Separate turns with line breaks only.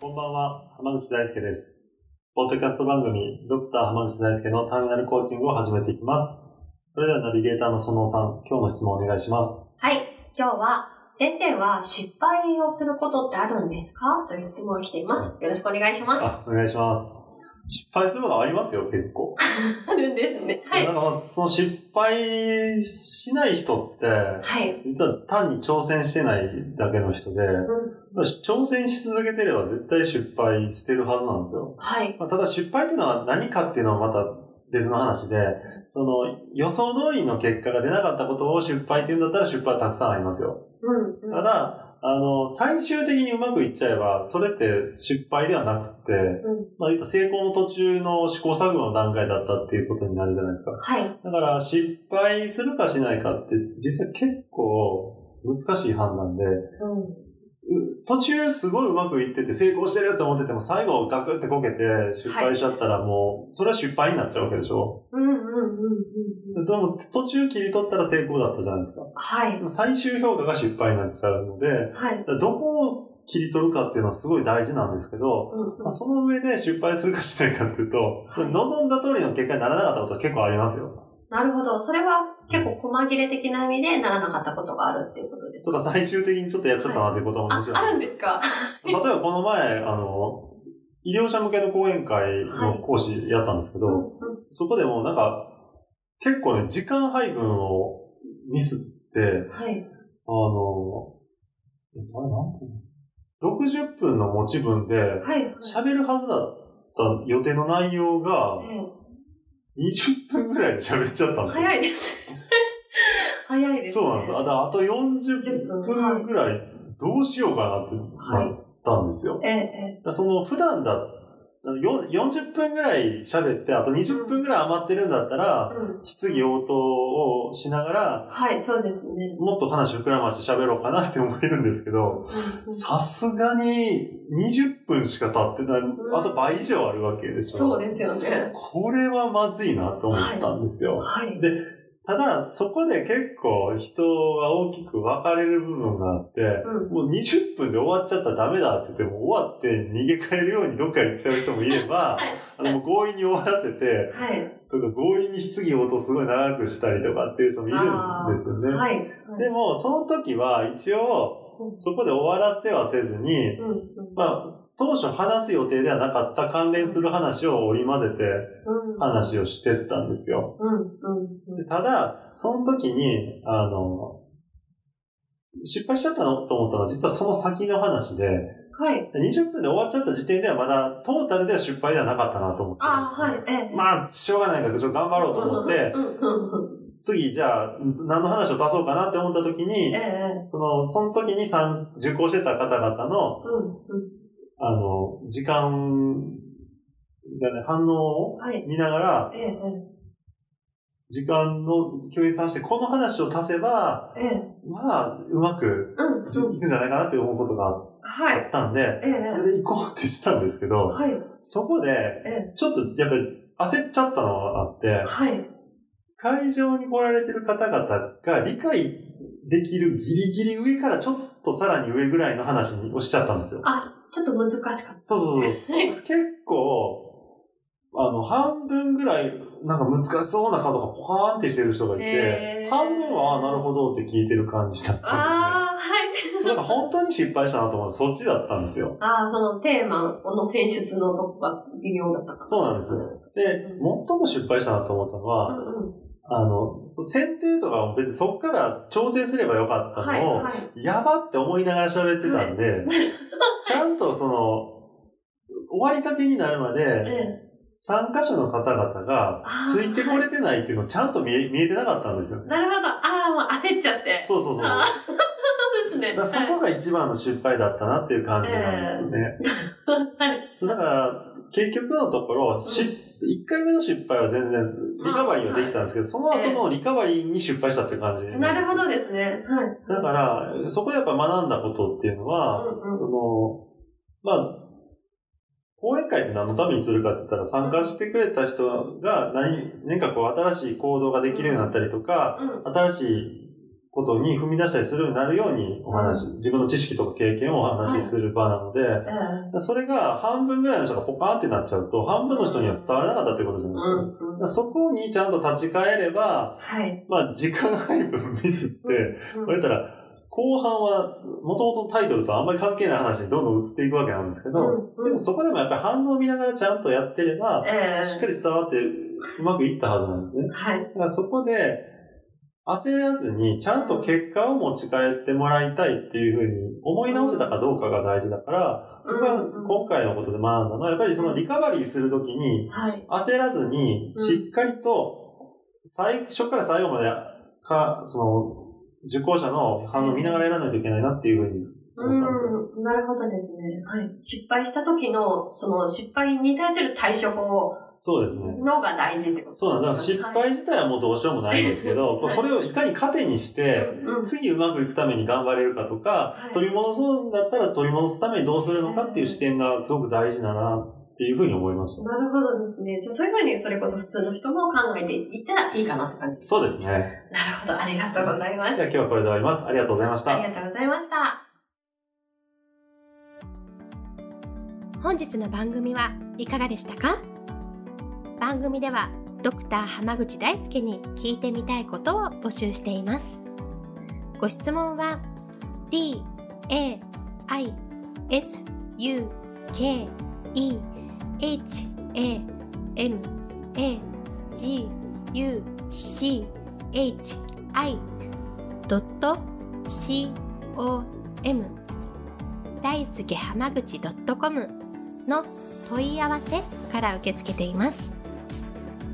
こんばんは、浜口大輔です。ポッドキャスト番組、ドクター浜口大輔のターミナルコーチングを始めていきます。それではナビゲーターのそのおさん、今日の質問お願いします。
はい。今日は、先生は失敗をすることってあるんですかという質問が来ています。よろしくお願いします。
あ、お願いします。失敗することありますよ、結構。
あるんですね。はい
な。んかまあ、その失敗しない人って、
はい。
実は単に挑戦してないだけの人で、挑戦し続けてれば絶対失敗してるはずなんですよ。
はい。
まあ、ただ失敗っていうのは何かっていうのはまた別の話で、その予想通りの結果が出なかったことを失敗っていうんだったら失敗はたくさんありますよ。
うん。
ただ、あの、最終的にうまくいっちゃえば、それって失敗ではなくて、
うん
まあ言うと成功の途中の試行錯誤の段階だったっていうことになるじゃないですか。
はい。
だから失敗するかしないかって実は結構難しい判断で、
う
う途中すごいうまくいってて成功してると思ってても最後ガクってこけて失敗しちゃったらもう、それは失敗になっちゃうわけでしょ
ん。うん。うん。うん。うん。
でも途中切り取ったら成功だったじゃないですか。
はい。
最終評価が失敗になっちゃうので、だ
はい。
からどこを切り取るかっていうのはすごい大事なんですけど、
うん。
まあ、その上で失敗するかしないかっていうと、
はい
望んだ通りの結果にならなかったことは結構ありますよ。
なるほど。それは結構細切れ的な意味でならなかったことがあるっていうことです
とか最終的にちょっとやっちゃったなっていうことも
あ
もち、ろん
あるんですか
例えばこの前、あの、医療者向けの講演会の講師やったんですけど、
うん。うん
そこでもうなんか、結構ね、時間配分をミスって、
はい。
あの、えあれなんていうの ?60 分の持ち分で、
はい。はい
喋るはずだった予定の内容が、
え
20分ぐらいで喋っちゃったん
え
ですよ。
早いです。早いです、
そうなんです。あだからあと40
40分
分ぐらい、どうしようかなって
はい
なったんですよ。
ええ、
だからその普段だ、よ40分ぐらい喋って、あと20分ぐらい余ってるんだった
ええ。
ら、
うん。
質疑応答をしながら、
はい、そうですね。
もっと話膨らまして喋ろうかなって思えるんですけど、
うん
さすがに20分しか経ってない、あと倍以上あるわけでしょ。
そうですよね。
これはまずいなと思ったんですよ。
はい。
ただ、そこで結構人が大きく分かれる部分があって、
うん。
もう20分で終わっちゃったらダメだって言っても、終わって逃げ帰るようにどっか行っちゃう人もいれば、
はい
あのもう強引に終わらせて、
はい。
とか強引に質疑応答すごい長くしたりとかっていう人もいるんですよね。
はい。
でも、その時は一応、
うん
そこで終わらせはせずに、
うんうん
まあ、当初話す予定ではなかった関連する話を織り交ぜて
うん
話をしてったんですよ。
うんうんう
で
ん
ただ、その時に、あの、失敗しちゃったのと思ったのは実はその先の話で、
はい。
20分で終わっちゃった時点ではまだトータルでは失敗ではなかったなと思ってたん
あ
ですね、
はい。ええ。
まあ、しょうがないから、ちょっと頑張ろうと思って
う、んうんうん。
次、じゃあ、何の話を出そうかなって思った時に
え、え。
その、その時に参受講してた方々の、
うんう
あの、時間がね、反応
ん。
を
はい。
見ながら、
ええ。
時間の計算して、この話を足せば、
ええ。
まあ、うまく
うん
いく
うん
んじゃないかなって思うことが
は
あ
い。
ったんで、
ええ。
それで行こうってしたんですけど、
はい。
そこで、
え
ちょっとやっぱり焦っちゃったのがあって
え。、はい。
会場に来られてる方々が理解できるギリギリ上からちょっとさらに上ぐらいの話にをしちゃったんですよ。
あ、ちょっと難しかった。
そうそうそう。 結構、あの、半分ぐらい、なんか難しそうな顔とかポカーンってしてる人がいて
へ、ー
半分は、あなるほどって聞いてる感じだったん
ああ、はい。
ですね。そう、なんか本当に失敗したなと思うそっちだったんですよ。
ああ、そのテーマの選出のとこが微妙だったから。
そうなんですよ。で、最も失敗したなと思ったの
うん
は、
うん。
あの、そう選定とかも別にそっから調整すればよかった
はい。
のを、
はい。
やばって思いながら喋ってたんで、ちゃんとその、終わりかけになるま
え
で、
え。
参加者の方々が
あ
つ
ー
いてこれてないっていうのをちゃんと見え見えてなかったんですよ。
なるほど。ああ、もう焦っちゃって。
そうそうそう。
あ
だ
ーそうですね
だからそこが一番の失敗だったなっていう感じなんですよね。
はい。
そうだから、結局のところ、し、1回目の失敗は全然す、リカバリーはできたんですけど、その後のリカバリーに失敗したって感じ。
なるほどですね。はい。
だから、そこでやっぱ学んだことっていうのは、
うんうん。
その、まあ、講演会って何のためにするかって言ったら、参加してくれた人が何、何かこう新しい行動ができるようになったりとか、
うん
新しいことに踏み出したりするようになるようにお話、自分の知識とか経験をお話しする場なので、
うん
それが半分ぐらいの人がポカーンってなっちゃうと、半分の人には伝わらなかったってことじゃな
う
いですか。
んうん
だからそこにちゃんと立ち返れば、
はい。
まあ時間配分ミスって、
うん
こうやったら、後半は元々のタイトルとあんまり関係ない話にどんどん移っていくわけなんですけど、
うんうん
でもそこでもやっぱり反応を見ながらちゃんとやってれば、
ええ
しっかり伝わってうまくいったはずなんですね。
はい。
だからそこで、焦らずに、ちゃんと結果を持ち帰ってもらいたいっていうふうに思い直せたかどうかが大事だから、
うん
僕は今回のことで学んだのは、やっぱりそのリカバリーするときに、
はい。
焦らずに、
うん
しっかりと、最初から最後まで、か、その、受講者の反応を見ながらやらないといけないなっていうふうに思ったんですよ。
うん、なるほどですね。はい。失敗した時の、その失敗に対する対処法
そうですね。
のが大事ってこと
そうなんだ。失敗自体はもうどうしようもないんですけど、
はい
それをいかに糧にして、
うん
次うまくいくために頑張れるかとか、
はい
取り戻そうだったら取り戻すためにどうするのかっていう視点がすごく大事だなっていうふうに思いました。
なるほどですね。じゃあそういうふうにそれこそ普通の人も考えていったらいいかなって感じ。
そうですね。
なるほど。ありがとうございま
じゃあ
す。
今日はこれで終わります。ありがとうございました
あ。りがとうございました。
本日の番組はいかがでしたか番組ではドクター濱口大輔に聞いてみたいことを募集していますご質問は d a i s u k e h a m a g u c h i c o m 大輔濱口 .com の問い合わせから受け付けています